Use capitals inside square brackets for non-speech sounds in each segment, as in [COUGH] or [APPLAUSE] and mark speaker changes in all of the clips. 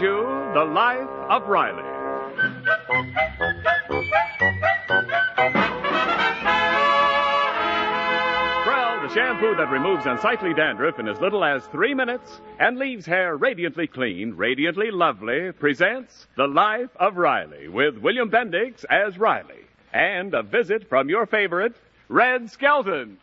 Speaker 1: you The Life of Riley. Krell, the shampoo that removes unsightly dandruff in as little as three minutes and leaves hair radiantly clean, radiantly lovely, presents The Life of Riley with William Bendix as Riley and a visit from your favorite, Red Skelton.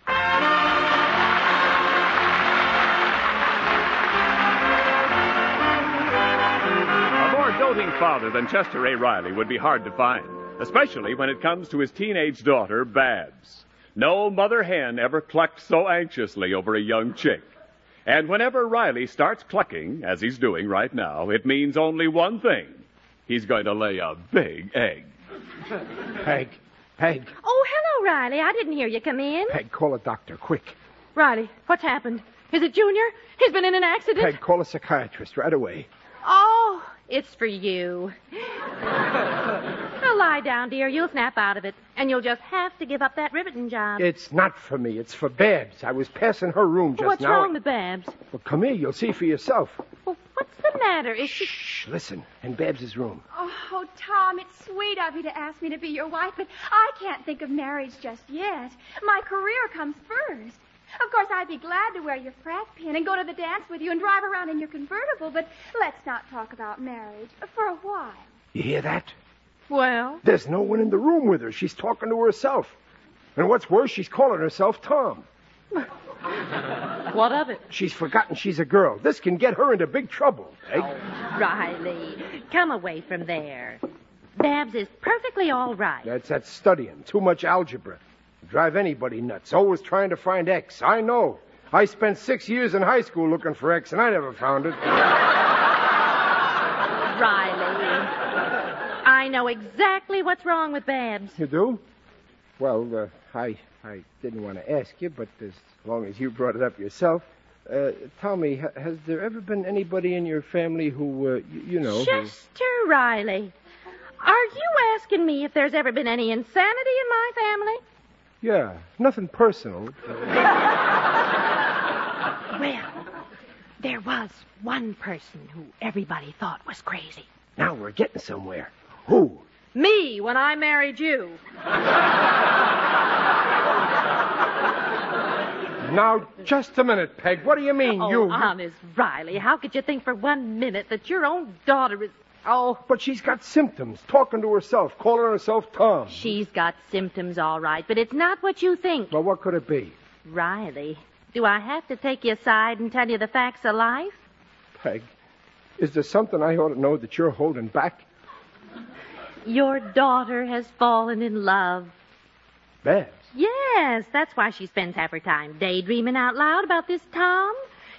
Speaker 1: A more doting father than Chester A. Riley would be hard to find, especially when it comes to his teenage daughter, Babs. No mother hen ever clucked so anxiously over a young chick. And whenever Riley starts clucking, as he's doing right now, it means only one thing. He's going to lay a big egg.
Speaker 2: Peg, Peg,
Speaker 3: Oh, hello, Riley. I didn't hear you come in.
Speaker 2: Peg, call a doctor, quick.
Speaker 3: Riley, what's happened? Is it Junior? He's been in an accident. [LAUGHS]
Speaker 2: Peg, call a psychiatrist right away.
Speaker 3: Oh, it's for you. now lie down, dear. You'll snap out of it. And you'll just have to give up that riveting job.
Speaker 2: It's not for me, it's for Babs. I was passing her room just
Speaker 3: what's
Speaker 2: now.
Speaker 3: wrong with Babs?
Speaker 2: Well, come here, you'll see for yourself.
Speaker 3: Well, what's the matter? Is she...
Speaker 2: Shh, listen, in Babs's room.
Speaker 4: Oh, Tom, it's sweet of you to ask me to be your wife, but I can't think of marriage just yet. My career comes first. Of course, I'd be glad to wear your frat pin and go to the dance with you and drive around in your convertible, but let's not talk about marriage for a while.
Speaker 2: You hear that?
Speaker 3: Well,
Speaker 2: There's no one in the room with her. She's talking to herself. And what's worse, she's calling herself Tom.
Speaker 3: what of it?
Speaker 2: She's forgotten she's a girl. This can get her into big trouble, Peg.
Speaker 3: Riley, come away from there. Babs is perfectly all right.
Speaker 2: That's that studying. Too much algebra. Drive anybody nuts. Always trying to find X. I know. I spent six years in high school looking for X, and I never found it.
Speaker 3: Riley, I know exactly what's wrong with Babs.
Speaker 2: You do? Well, uh, I I didn't want to ask you, but as long as you brought it up yourself, uh, tell me, ha- has there ever been anybody in your family who, uh, y- you know, who-
Speaker 3: Chester Riley, are you asking me if there's ever been any insanity in my family?
Speaker 2: yeah, nothing personal.
Speaker 3: Well, there was one person who everybody thought was crazy.
Speaker 2: Now we're getting somewhere. Who?
Speaker 3: Me, when I married you.
Speaker 2: Now, just a minute, Peg. What do you mean,
Speaker 3: oh,
Speaker 2: you?
Speaker 3: honest, Riley, how could you think for one minute that your own daughter is. Oh,
Speaker 2: But she's got symptoms. Talking to herself, calling herself Tom.
Speaker 3: she's got symptoms, all right, but it's not what you think.
Speaker 2: Well, what could it be?
Speaker 3: Riley, do I have to take you aside and tell you the facts of life?
Speaker 2: Peg, is there something I ought to know that you're holding back?
Speaker 3: Your daughter has fallen in love.
Speaker 2: Babs.
Speaker 3: Yes, that's why she spends half her time daydreaming out loud about this Tom.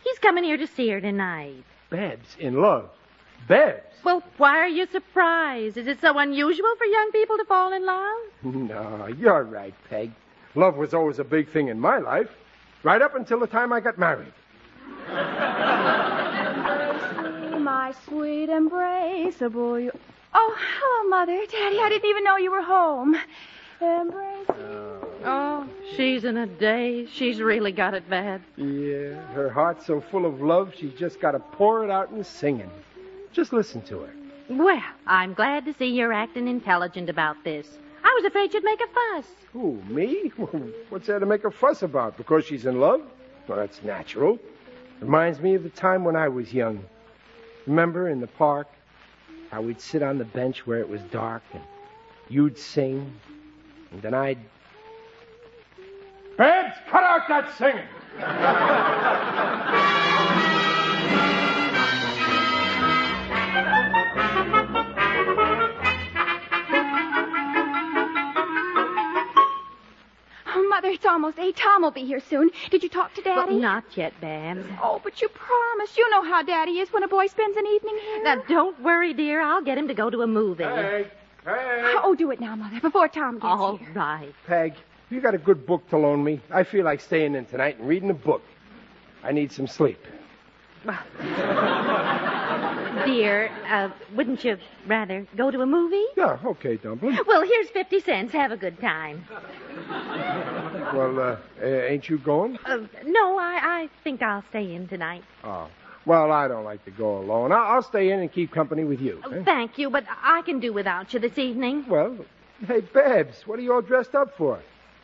Speaker 3: He's coming here to see her tonight.
Speaker 2: Babs in love. Babs.
Speaker 3: Well, why are you surprised? Is it so unusual for young people to fall in love?
Speaker 2: [LAUGHS] No, you're right, Peg. Love was always a big thing in my life, right up until the time I got married.
Speaker 4: My sweet embraceable. You... Oh, hello, Mother. Daddy, I didn't even know you were home. Embrace.
Speaker 3: Oh, she's in a daze. She's really got it bad.
Speaker 2: Yeah, her heart's so full of love, she's just got to pour it out in singing. Just listen to her.
Speaker 3: Well, I'm glad to see you're acting intelligent about this. I was afraid you'd make a fuss.
Speaker 2: Who, me? What's there to make a fuss about? Because she's in love? Well, that's natural. Reminds me of the time when I was young. Remember in the park how we'd sit on the bench where it was dark and you'd sing, and then I'd. Babs, cut out that singing!
Speaker 4: Oh, Mother, it's almost eight. Tom will be here soon. Did you talk to Daddy?
Speaker 3: Well, not yet, Babs.
Speaker 4: Oh, but you promised. You know how Daddy is when a boy spends an evening here.
Speaker 3: Now, don't worry, dear. I'll get him to go to a movie.
Speaker 2: Hey, hey!
Speaker 4: Oh, do it now, Mother, before Tom gets
Speaker 3: All
Speaker 4: here.
Speaker 3: right.
Speaker 2: Peg, you got a good book to loan me? I feel like staying in tonight and reading a book. I need some sleep.
Speaker 3: Dear, uh, wouldn't you rather go to a movie?
Speaker 2: Yeah, okay, Dumpling.
Speaker 3: Well, here's 50 cents. Have a good time.
Speaker 2: Well, uh, ain't you going?
Speaker 3: Uh, no, I, I think I'll stay in tonight.
Speaker 2: Oh. Well, I don't like to go alone. I- I'll stay in and keep company with you.
Speaker 3: Oh,
Speaker 2: eh?
Speaker 3: thank you, but I can do without you this evening.
Speaker 2: Well, hey, Babs, what are you all dressed up for?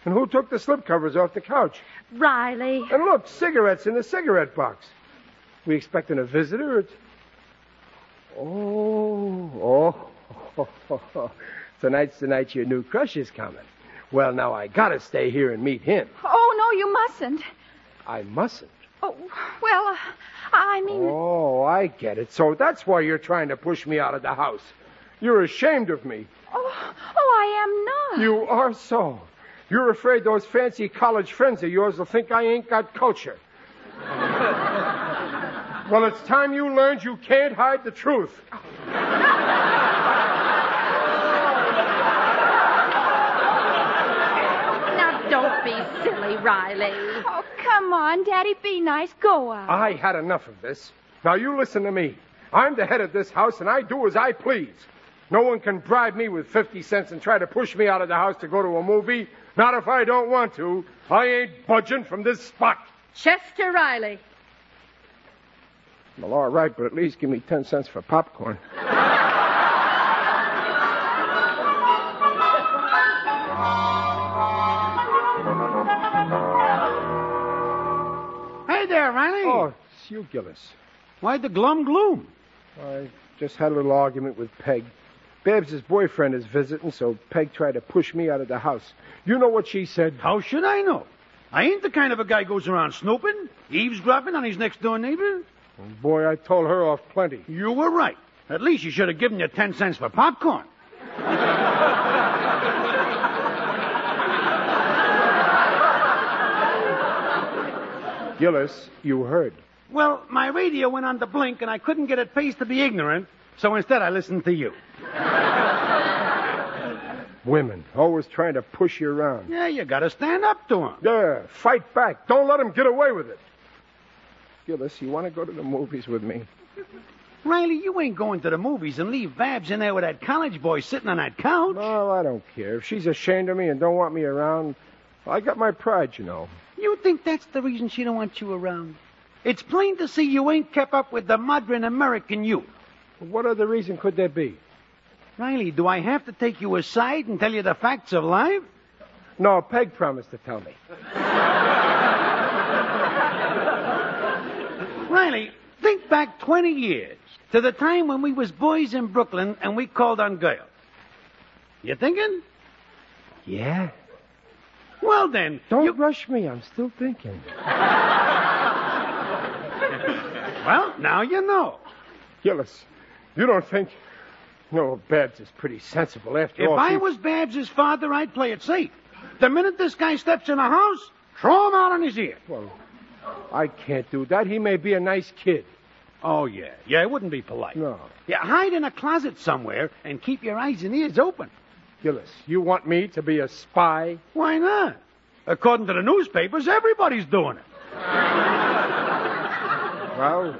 Speaker 2: And who took the slipcovers off the couch?
Speaker 3: Riley.
Speaker 2: And look, cigarettes in the cigarette box. We expecting a visitor? Or t- oh, oh. Tonight's the night your new crush is coming. Well, now I gotta stay here and meet him.
Speaker 4: Oh, no, you mustn't.
Speaker 2: I mustn't.
Speaker 4: Oh, well, uh, I mean,
Speaker 2: Oh, I get it. So that's why you're trying to push me out of the house. You're ashamed of me.
Speaker 4: oh, oh, I am not.
Speaker 2: You are so. You're afraid those fancy college friends of yours will think I ain't got [LAUGHS] culture. well, it's time you learned you can't hide the truth.
Speaker 3: Now, don't be silly, Riley.
Speaker 4: Oh, come on, Daddy, be nice. Go out.
Speaker 2: I had enough of this. Now you listen to me. I'm the head of this house and I do as I please. No one can bribe me with 50 cents and try to push me out of the house to go to a movie. Not if I don't want to. I ain't budging from this spot.
Speaker 3: Chester Riley.
Speaker 2: Well, all right, but at least give me 10 cents for popcorn.
Speaker 5: Hey there, Riley.
Speaker 2: Oh, it's you, Gillis.
Speaker 5: Why the glum gloom?
Speaker 2: I just had a little argument with Peg. Babs's boyfriend is visiting, so Peg tried to push me out of the house. You know what she said?
Speaker 5: How should I know? I ain't the kind of a guy goes around snooping, eavesdropping on his next door neighbor.
Speaker 2: Boy, I told her off plenty.
Speaker 5: You were right. At least you should have given you ten cents for popcorn.
Speaker 2: Gillis, you heard.
Speaker 5: Well, my radio went on the blink and I couldn't get it paced to be ignorant, so instead I listened to you.
Speaker 2: Women, always trying to push you around.
Speaker 5: Yeah, you gotta stand up to 'em.
Speaker 2: There, fight back. Don't let them get away with it. Gillis, you want to go to the movies with me?
Speaker 5: Riley, you ain't going to the movies and leave Babs in there with that college boy sitting on that couch.
Speaker 2: No, I don't care. If she's ashamed of me and don't want me around, I got my pride, you know.
Speaker 5: You think that's the reason she don't want you around? It's plain to see you ain't kept up with the modern American youth.
Speaker 2: What other reason could there be?
Speaker 5: Riley, do I have to take you aside and tell you the facts of life?
Speaker 2: No, Peg promised to tell me.
Speaker 5: Riley, think back 20 years to the time when we was boys in Brooklyn and we called on girls. You thinking?
Speaker 2: Yeah?
Speaker 5: Well then,
Speaker 2: Don't
Speaker 5: you...
Speaker 2: rush me. I'm still thinking.
Speaker 5: Well, now you know.
Speaker 2: Gillis, you don't think. No, Babs is pretty sensible after
Speaker 5: If
Speaker 2: all.
Speaker 5: I
Speaker 2: she-
Speaker 5: was Babs's father, I'd play it safe. The minute this guy steps in the house, throw him out on his ear.
Speaker 2: Well, I can't do that. He may be a nice kid.
Speaker 5: Oh, yeah. Yeah, it wouldn't be polite.
Speaker 2: No.
Speaker 5: Yeah, hide in a closet somewhere and keep your eyes and ears open.
Speaker 2: Gillis, you want me to be a spy?
Speaker 5: Why not? According to the newspapers, everybody's doing it.
Speaker 2: Well,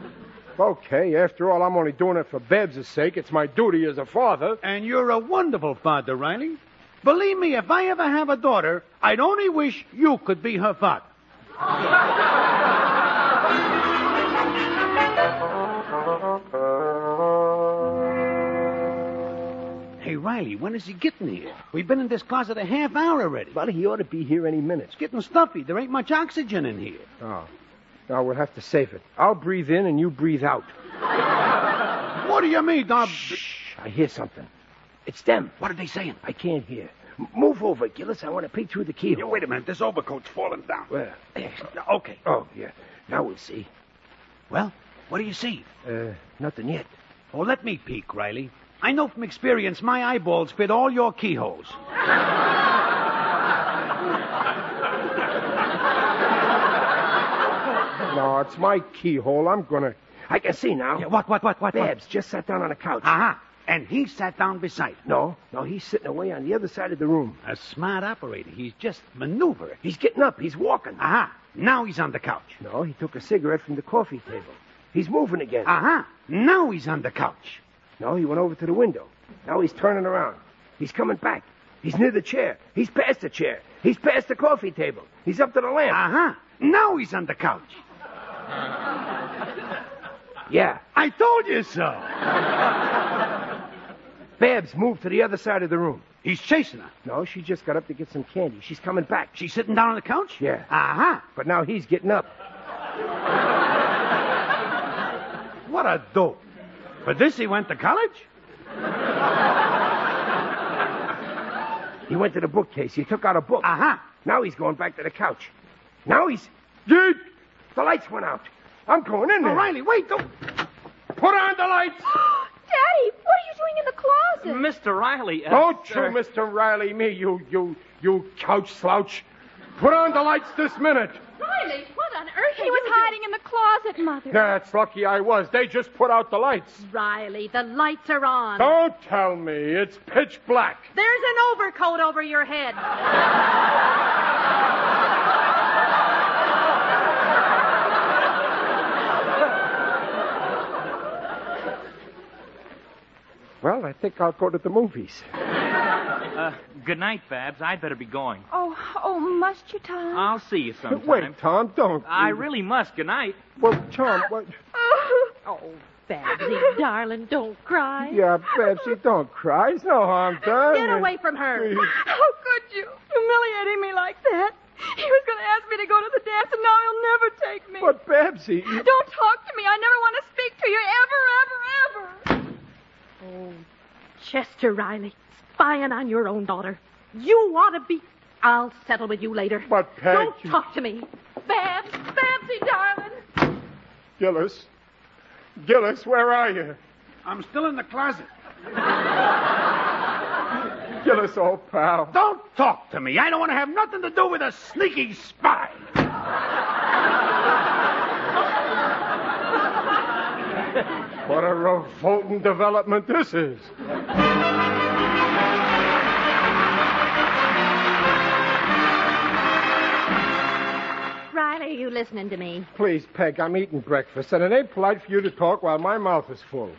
Speaker 2: okay. After all, I'm only doing it for Babs' sake. It's my duty as a father.
Speaker 5: And you're a wonderful father, Riley. Believe me, if I ever have a daughter, I'd only wish you could be her father. Hey, Riley, when is he getting here? We've been in this closet a half hour already.
Speaker 2: But he ought to be here any minute.
Speaker 5: It's getting stuffy. There ain't much oxygen in here.
Speaker 2: Oh. Now we'll have to save it. I'll breathe in and you breathe out.
Speaker 5: What do you mean, Dob?
Speaker 2: Shh, I hear something. It's them.
Speaker 5: What are they saying?
Speaker 2: I can't hear. M- move over, Gillis. I want to peek through the keyhole.
Speaker 5: You wait a minute. This overcoat's falling down. Eh,
Speaker 2: Where?
Speaker 5: Okay.
Speaker 2: Oh, yeah. Now we'll see.
Speaker 5: Well, what do you see?
Speaker 2: Uh, nothing yet.
Speaker 5: Oh, let me peek, Riley. I know from experience my eyeballs fit all your keyholes.
Speaker 2: No, it's my keyhole. I'm gonna. I can see now.
Speaker 5: Yeah, what, what, what, what? what?
Speaker 2: Babs just sat down on a couch.
Speaker 5: Uh-huh. And he sat down beside her.
Speaker 2: No, no, he's sitting away on the other side of the room.
Speaker 5: A smart operator. He's just maneuvering.
Speaker 2: He's getting up. He's walking.
Speaker 5: Uh-huh. Now he's on the couch.
Speaker 2: No, he took a cigarette from the coffee table. He's moving again.
Speaker 5: Uh-huh. Now he's on the couch.
Speaker 2: No, he went over to the window. Now he's turning around. He's coming back. He's near the chair. He's past the chair. He's past the coffee table.
Speaker 5: Ah.
Speaker 2: He's up to the lamp.
Speaker 5: Uh-huh. Now he's on the couch.
Speaker 2: Yeah.
Speaker 5: I told you so.
Speaker 2: Babs moved to the other side of the room.
Speaker 5: He's chasing her.
Speaker 2: No, she just got up to get some candy. She's coming back.
Speaker 5: She's sitting down on the couch?
Speaker 2: Yeah.
Speaker 5: Uh-huh.
Speaker 2: But now he's getting up.
Speaker 5: What a dope. For this, he went to college?
Speaker 2: He went to the bookcase. He took out a book.
Speaker 5: Uh-huh.
Speaker 2: Now he's going back to the couch. Now he's.
Speaker 5: Dude!
Speaker 2: The lights went out. I'm going in there.
Speaker 5: O'Reilly, wait, don't... Put on the lights!
Speaker 2: Ah!
Speaker 4: Daddy, what are you doing in the closet?
Speaker 6: Mr. Riley. Uh,
Speaker 5: Oh,
Speaker 2: Don't
Speaker 6: sir.
Speaker 2: you, Mr. Riley, me, you, you, you couch slouch. Put on the lights this minute.
Speaker 3: Riley, what on earth
Speaker 4: He was hiding in the closet, Mother.
Speaker 2: That's lucky I was. They just put out the lights.
Speaker 3: Riley, the lights are on.
Speaker 2: Don't tell me. It's pitch black.
Speaker 3: There's an overcoat over your head.
Speaker 2: Well, I think I'll go to the movies.
Speaker 6: Uh, good night, Babs. I'd better be going.
Speaker 4: Oh, oh, must you, Tom?
Speaker 6: I'll see you sometime.
Speaker 2: Wait, Tom, don't.
Speaker 6: I really must. Good night.
Speaker 2: Well, Tom, what?
Speaker 4: oh,
Speaker 2: [LAUGHS]
Speaker 3: Babsy, darling, don't cry.
Speaker 2: Yeah, Babsy, don't cry. It's no harm done.
Speaker 3: Get away from her.
Speaker 4: how could you? Humiliating me like that. He was going to ask me to go to the dance, and now he'll never take me.
Speaker 2: But Babsy,
Speaker 4: Don't talk to me. I never want to speak to you ever, ever, ever.
Speaker 3: Chester Riley, spying on your own daughter. You want to be. I'll settle with you later.
Speaker 2: But, Peg,
Speaker 3: Don't
Speaker 2: you-
Speaker 3: talk to me.
Speaker 4: Babs, Babsy, darling.
Speaker 2: Gillis, Gillis, where are you?
Speaker 5: I'm still in the closet.
Speaker 2: Gillis, old pal.
Speaker 5: Don't talk to me. I don't want to have nothing to do with a sneaky spy.
Speaker 2: What a revolting development this is.
Speaker 3: Riley, are you listening to me?
Speaker 2: Please, Peg, I'm eating breakfast, and it ain't polite for you to talk while my mouth is full.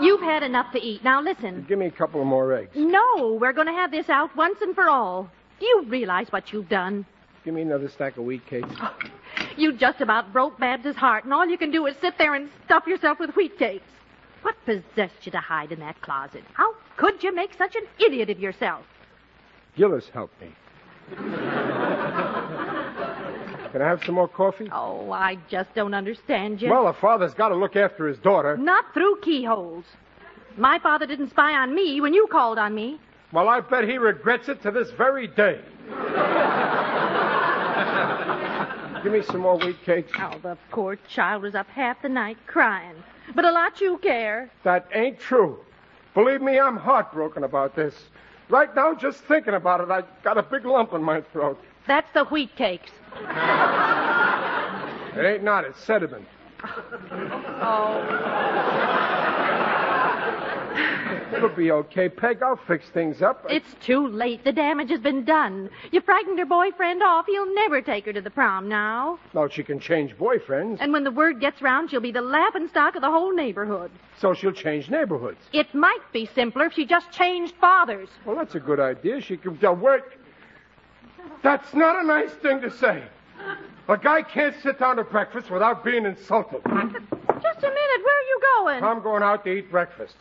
Speaker 3: You've had enough to eat. Now listen.
Speaker 2: Give me a couple of more eggs.
Speaker 3: No, we're going to have this out once and for all. Do you realize what you've done?
Speaker 2: Give me another stack of wheat cakes.
Speaker 3: You just about broke Babs's heart, and all you can do is sit there and stuff yourself with wheat cakes. What possessed you to hide in that closet? How could you make such an idiot of yourself?
Speaker 2: Gillis helped me. Can I have some more coffee?
Speaker 3: Oh, I just don't understand you.
Speaker 2: Well, a father's got to look after his daughter.
Speaker 3: Not through keyholes. My father didn't spy on me when you called on me.
Speaker 2: Well, I bet he regrets it to this very day. Give me some more wheat cakes.
Speaker 3: Oh, the poor child was up half the night crying. But a lot you care.
Speaker 2: That ain't true. Believe me, I'm heartbroken about this. Right now, just thinking about it, I got a big lump in my throat.
Speaker 3: That's the wheat cakes.
Speaker 2: It ain't not, it's sediment. Oh. It'll be okay, Peg. I'll fix things up.
Speaker 3: It's too late. The damage has been done. You frightened her boyfriend off. He'll never take her to the prom now.
Speaker 2: No, she can change boyfriends,
Speaker 3: And when the word gets round, she'll be the laughing stock of the whole neighborhood.
Speaker 2: so she'll change neighborhoods.
Speaker 3: It might be simpler if she just changed fathers.
Speaker 2: Well, that's a good idea. She could uh, work. That's not a nice thing to say. A guy can't sit down to breakfast without being insulted.
Speaker 3: Just a minute. Where are you going?
Speaker 2: I'm going out to eat breakfast.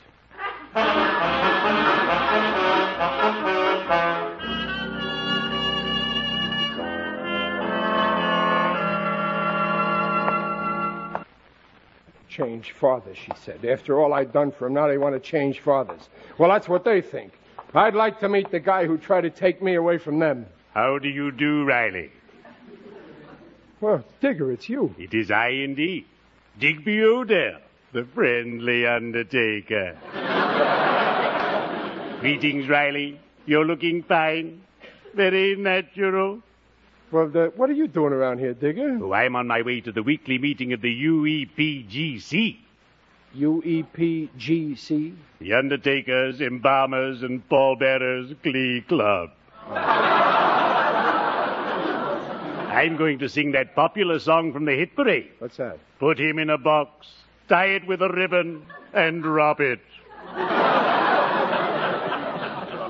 Speaker 2: Change fathers, she said. After all I'd done for him, now they want to change fathers. Well, that's what they think. I'd like to meet the guy who tried to take me away from them.
Speaker 7: How do you do, Riley?
Speaker 2: Well, Digger, it's you.
Speaker 7: It is I indeed, Digby Odell, the friendly undertaker. Greetings, Riley. You're looking fine. Very natural.
Speaker 2: Well, the, what are you doing around here, Digger?
Speaker 7: Oh, I'm on my way to the weekly meeting of the E UEPGC.
Speaker 2: E UEPGC?
Speaker 7: The Undertakers, Embalmers, and Pallbearers Glee Club. I'm going to sing that popular song from the hit parade.
Speaker 2: What's that?
Speaker 7: Put him in a box, tie it with a ribbon, and drop it.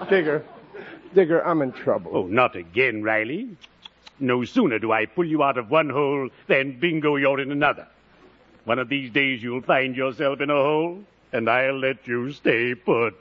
Speaker 2: Digger. Digger, I'm in trouble.
Speaker 7: Oh, not again, Riley. No sooner do I pull you out of one hole than bingo you're in another. One of these days you'll find yourself in a hole, and I'll let you stay put.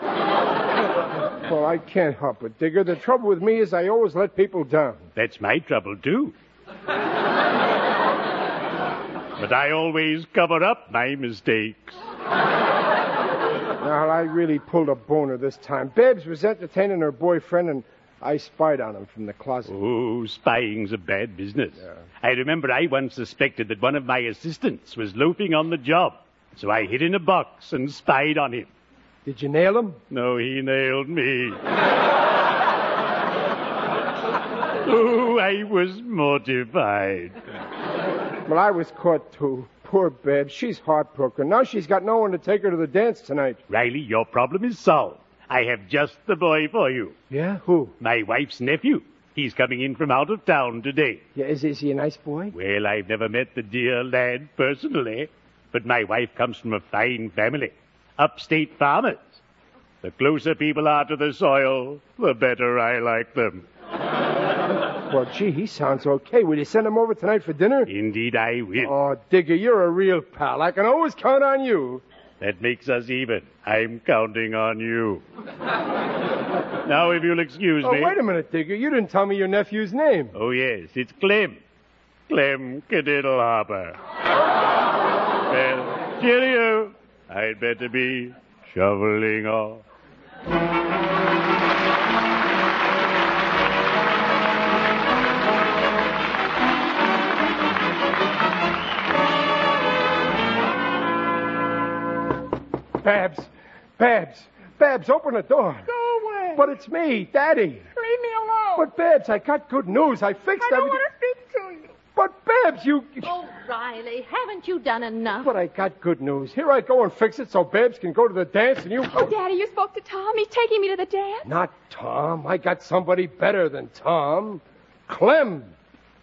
Speaker 2: Well, I can't help it, Digger. The trouble with me is I always let people down.
Speaker 7: That's my trouble, too. [LAUGHS] but I always cover up my mistakes.
Speaker 2: Now, I really pulled a boner this time. Babs was entertaining her boyfriend, and I spied on him from the closet.
Speaker 7: Oh, spying's a bad business. I remember I once suspected that one of my assistants was loafing on the job, so I hid in a box and spied on him.
Speaker 2: Did you nail him?
Speaker 7: No, he nailed me. oh, I was mortified.
Speaker 2: Well, I was caught too. Poor Babs. She's heartbroken. Now she's got no one to take her to the dance tonight.
Speaker 7: Riley, your problem is solved. I have just the boy for you.
Speaker 2: Yeah? Who?
Speaker 7: My wife's nephew. He's coming in from out of town today.
Speaker 2: Yeah, is, is he a nice boy?
Speaker 7: Well, I've never met the dear lad personally, but my wife comes from a fine family. Upstate farmers. The closer people are to the soil, the better I like them.
Speaker 2: Well, gee, he sounds okay. Will you send him over tonight for dinner?
Speaker 7: Indeed, I will.
Speaker 2: Oh, Digger, you're a real pal. I can always count on you.
Speaker 7: That makes us even. I'm counting on
Speaker 2: [LAUGHS]
Speaker 7: you. now, if you'll excuse
Speaker 2: Oh,
Speaker 7: me.
Speaker 2: wait a minute, Digger. You didn't tell me your nephew's name.
Speaker 7: Oh, yes, it's Clem. Clem Cadiddle
Speaker 2: [LAUGHS]
Speaker 7: Harper. well, cheerio. I'd better be shoveling off.
Speaker 2: Babs. Babs. Babs, open the door.
Speaker 8: Go away.
Speaker 2: But it's me, Daddy.
Speaker 8: Leave me alone.
Speaker 2: But Babs, I got good news. I fixed
Speaker 8: I
Speaker 2: everything.
Speaker 8: don't want to speak to you.
Speaker 2: But Babs, you. [LAUGHS]
Speaker 3: Oh, Riley, haven't you done enough?
Speaker 2: But I got good news. Here I go and fix it so Babs can go to the dance and you.
Speaker 4: Oh, Daddy, you spoke to Tom. He's taking me to the dance.
Speaker 2: [LAUGHS] Not Tom. I got somebody better than Tom. Clem.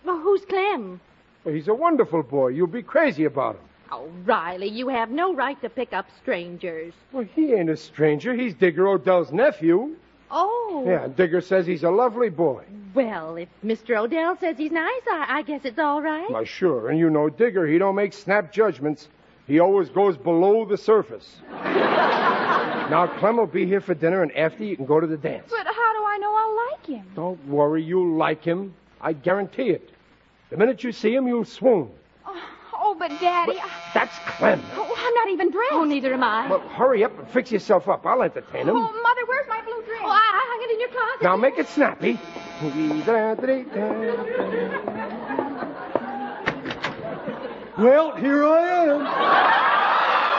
Speaker 3: Well, who's Clem?
Speaker 2: Well, he's a wonderful boy. You'll be crazy about him.
Speaker 3: Oh, Riley, you have no right to pick up strangers.
Speaker 2: Well, he ain't a stranger. He's Digger Odell's nephew.
Speaker 3: Oh.
Speaker 2: Yeah, and Digger says he's a lovely boy.
Speaker 3: Well, if Mr. Odell says he's nice, I, I guess it's all right.
Speaker 2: Why, sure. And you know Digger, he don't make snap judgments. He always goes below the surface. now, Clem will be here for dinner, and after you can go to the dance.
Speaker 4: But how do I know I'll like him?
Speaker 2: Don't worry, you'll like him. I guarantee it. The minute you see him, you'll swoon.
Speaker 4: Oh, oh, but Daddy, I,
Speaker 2: That's Clem.
Speaker 4: oh, I'm not even dressed.
Speaker 3: Oh, neither am I.
Speaker 2: Well, hurry up and fix yourself up. I'll entertain him.
Speaker 4: Oh, Mother, where's my blue dress?
Speaker 3: Oh, I, I hung it in your closet.
Speaker 2: Now make it snappy. Well, here I am.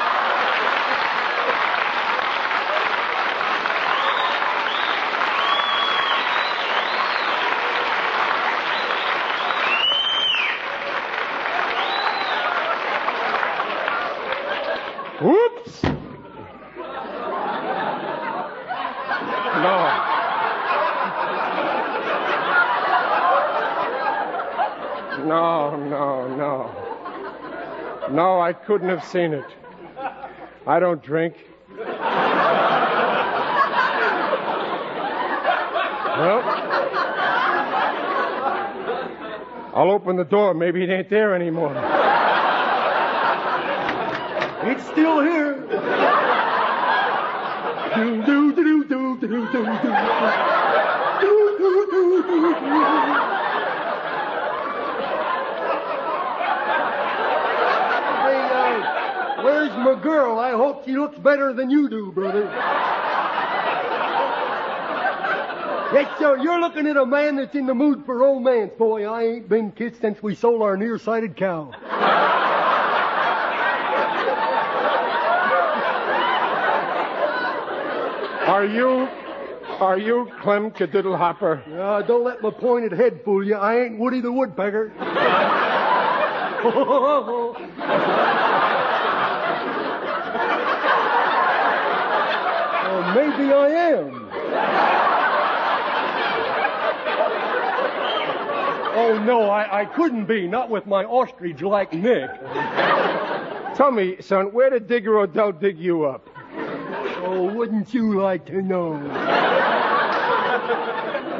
Speaker 2: Whoops. No. No, no, no. No, I couldn't have seen it. I don't drink. Well, I'll open the door. Maybe it ain't there anymore. It's still here. Do, do, do, do, do, do, do, do. Do, do, do, do, do. Hey, uh, where's my girl? I hope she looks better than you do, brother. Yes, sir. You're looking at a man that's in the mood for romance. Boy, I ain't been kissed since we sold our nearsighted cow. Are you, are you Clem Cadiddle Hopper?
Speaker 8: Uh, don't let my pointed head fool you. I ain't Woody the Woodpecker. Oh,
Speaker 2: Well, maybe I am.
Speaker 8: oh, no, I, I couldn't be. Not with my ostrich like Nick.
Speaker 2: Tell me, son, where did Digger Odell dig you up?
Speaker 8: Oh, wouldn't you like to
Speaker 9: [LAUGHS]
Speaker 8: know?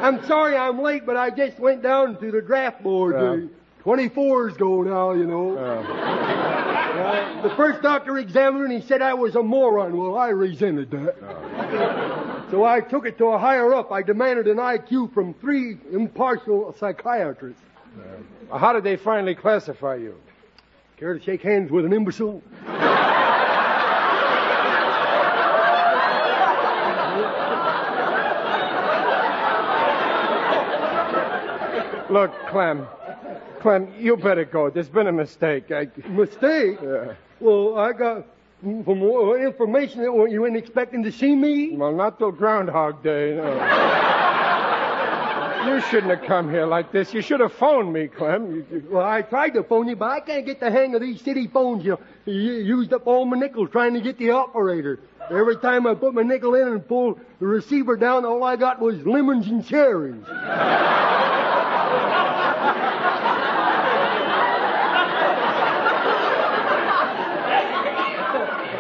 Speaker 8: I'm sorry I'm late, but I just went down to the draft board
Speaker 2: Yeah.
Speaker 8: to
Speaker 9: 24s go now, you know. Uh, the first doctor examined and he said I was a moron. Well, I resented that. [LAUGHS] So I took it to a higher up. I demanded an IQ from three impartial psychiatrists.
Speaker 2: How did they finally classify you?
Speaker 9: Care to shake hands with an imbecile?
Speaker 2: Look, Clem. Clem, you better go. There's been a mistake. I...
Speaker 9: Mistake?
Speaker 2: Yeah.
Speaker 9: Well, I got mm, from uh, information that you weren't expecting to see me.
Speaker 2: Well, not till Groundhog Day. No. you shouldn't have come here like this. You should have phoned me, Clem. You- you-
Speaker 9: Well, I tried to phone you, but I can't get the hang of these city phones. You, you used up all my nickels trying to get the operator. Every time I put my nickel in and pulled the receiver down, all I got was lemons and cherries.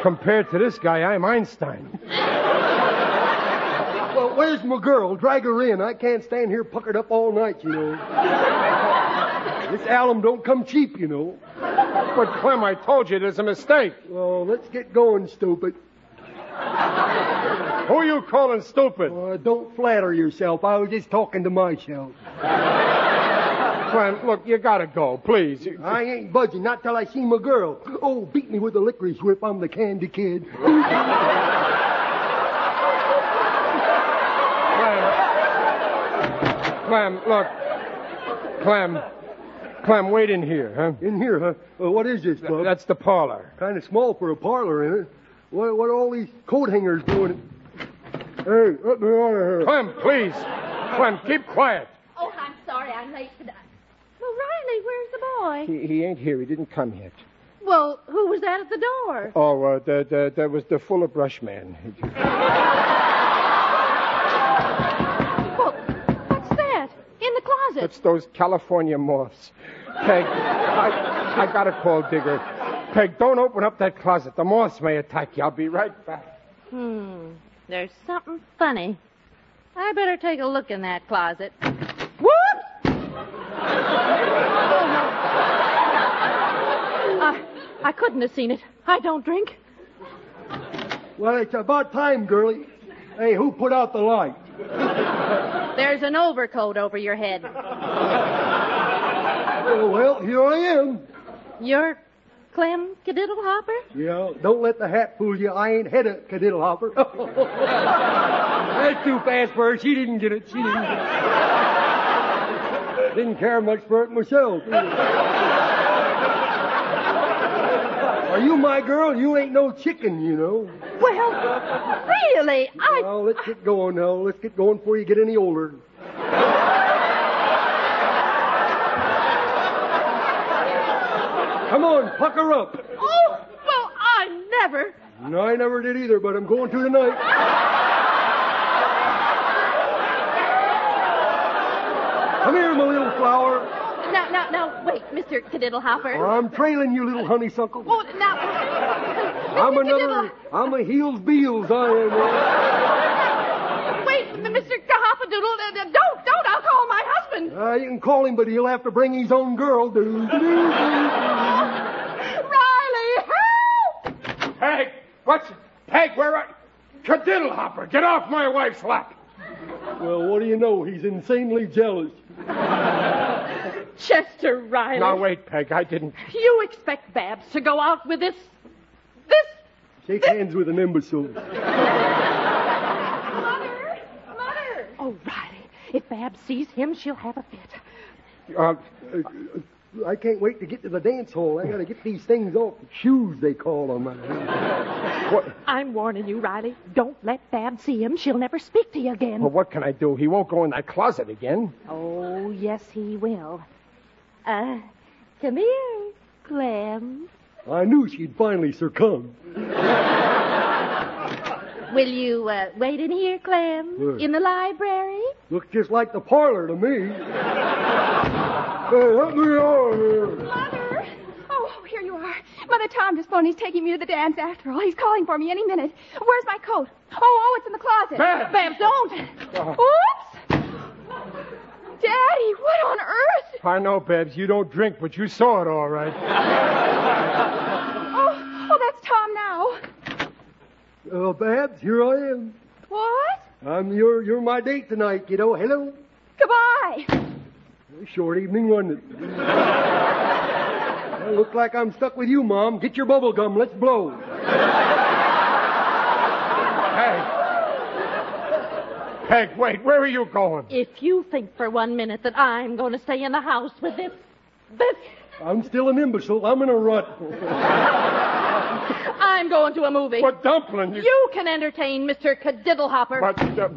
Speaker 2: Compared to this guy, I'm Einstein.
Speaker 9: Well, where's my girl? Drag her in. I can't stand here puckered up all night, you know. this alum don't come cheap, you know.
Speaker 2: But, Clem, I told you there's a mistake.
Speaker 9: Well, let's get going, stupid.
Speaker 2: Who are you calling stupid?
Speaker 9: Uh, don't flatter yourself. I was just talking to myself.
Speaker 2: Clem, look, you gotta go, please. You-
Speaker 9: I ain't budging, not till I see my girl. Oh, beat me with a licorice whip. I'm the candy kid.
Speaker 2: Clem. Clem, look. Clem. Clem, wait in here, huh?
Speaker 9: In here, huh? Uh, what is this, bub?
Speaker 2: That's the parlor.
Speaker 9: kind of small for a parlor, isn't it? What, what are all these coat hangers doing? Hey, let me out of here.
Speaker 2: Clem, please. Clem, keep quiet.
Speaker 4: Oh, I'm sorry I'm late for that. Well, Riley, where's the boy?
Speaker 2: He, he ain't here. He didn't come yet.
Speaker 3: Well, who was that at the door?
Speaker 2: Oh, uh, that, that, that was the Fuller Brush man.
Speaker 3: Well, what's that? In the closet.
Speaker 2: That's those California moths. Peg, I, I gotta call Digger. Peg, don't open up that closet. The moths may attack you. I'll be right back.
Speaker 3: Hmm. There's something funny. I better take a look in that closet. Whoops! I, I couldn't have seen it. I don't drink.
Speaker 9: Well, it's about time, girlie. Hey, who put out the light?
Speaker 3: There's an overcoat over your [LAUGHS] head.
Speaker 9: Oh, well, here I am.
Speaker 3: You're Clem Cadiddle Hopper?
Speaker 9: Yeah, don't let the hat fool you. I ain't had a cadiddle hopper. [LAUGHS] That's too fast for her. She didn't get it. She didn't get it. Didn't care much for it myself. either. Are you my girl? You ain't no chicken, you know.
Speaker 3: Well, really, I.
Speaker 9: Well, let's get going now. Let's get going before you get any older. Come on, pucker up.
Speaker 3: Oh, well, I never.
Speaker 9: No, I never did either, but I'm going to tonight. Come here, my little flower.
Speaker 3: Now, now, now, wait, Mr. Cadiddle Hopper.
Speaker 9: I'm trailing you, little honeysuckle.
Speaker 3: Oh, now.
Speaker 9: I'm
Speaker 3: Mr.
Speaker 9: another, I'm a heels beals, I am.
Speaker 3: Cadiddle- Wait, Mr. Hoppadoodle, uh, uh, don't, don't, I'll call my husband.
Speaker 9: Uh, you can call him, but he'll have to bring his own girl.
Speaker 3: Riley, help!
Speaker 2: Peg, what's. Peg, where are. Cadiddle Hopper, get off my wife's lap.
Speaker 9: well, what do you know? He's insanely jealous.
Speaker 3: Chester Riley.
Speaker 2: Now, wait, Peg, I didn't.
Speaker 3: You expect Babs to go out with this? This?
Speaker 9: Shake hands with an imbecile.
Speaker 4: Mother! Mother!
Speaker 3: Oh, Riley, if Babs sees him, she'll have a fit.
Speaker 2: Uh,
Speaker 9: I can't wait to get to the dance hall. I gotta get these things off. Shoes, they call them.
Speaker 3: I'm warning you, Riley. Don't let Babs see him. She'll never speak to you again.
Speaker 2: well, what can I do? He won't go in that closet again.
Speaker 3: Oh, yes, he will. Uh, come here, Clem.
Speaker 9: I knew she'd finally succumb.
Speaker 3: Will you uh, wait in here, Clem?
Speaker 9: Sure.
Speaker 3: In the library?
Speaker 9: Looks just like the parlor to me. hey, help me out here.
Speaker 4: Mother! Oh, here you are. Mother, Tom just phoned. He's taking me to the dance after all. He's calling for me any minute. Where's my coat? Oh, oh, it's in the closet.
Speaker 2: Babs!
Speaker 3: Babs, don't! Oops!
Speaker 4: Daddy, what on earth?
Speaker 2: I know, Babs, you don't drink, but you saw it all right.
Speaker 4: Oh, oh, that's Tom now.
Speaker 9: Oh, Babs, here I am.
Speaker 4: What?
Speaker 9: I'm your, you're my date tonight, kiddo. Hello.
Speaker 4: Goodbye.
Speaker 9: Short evening, wasn't
Speaker 2: [LAUGHS]
Speaker 9: it? Well, looks like I'm stuck with you, Mom. Get your bubble gum. Let's blow.
Speaker 2: Peg. Peg, wait, where are you going?
Speaker 3: If you think for one minute that I'm going to stay in the house with this, this,
Speaker 9: I'm still an imbecile. I'm in a rut.
Speaker 3: I'm going to a movie.
Speaker 2: But dumpling, you.
Speaker 3: You can entertain Mr. Cadiddlehopper.
Speaker 2: But uh,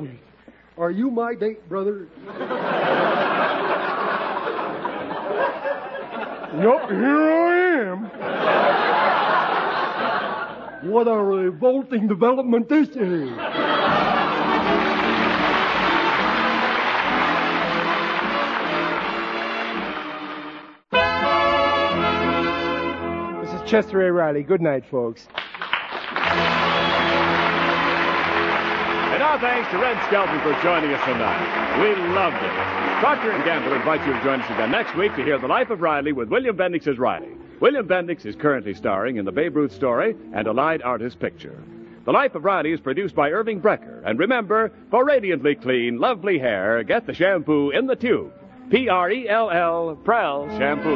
Speaker 9: Are you my date, brother?
Speaker 2: nope, here I am.
Speaker 9: What a revolting development this is.
Speaker 2: This is Chester A. Riley. Good night, folks.
Speaker 1: And our thanks to Red Skelton for joining us tonight. We loved it. Procter & Gamble invite you to join us again next week to hear The Life of Riley with William Bendix as Riley. William Bendix is currently starring in the Babe Ruth story and Allied Artist picture. The Life of Riley is produced by Irving Brecker. And remember, for radiantly clean, lovely hair, get the shampoo in the tube. P-R-E-L-L, Prel Shampoo.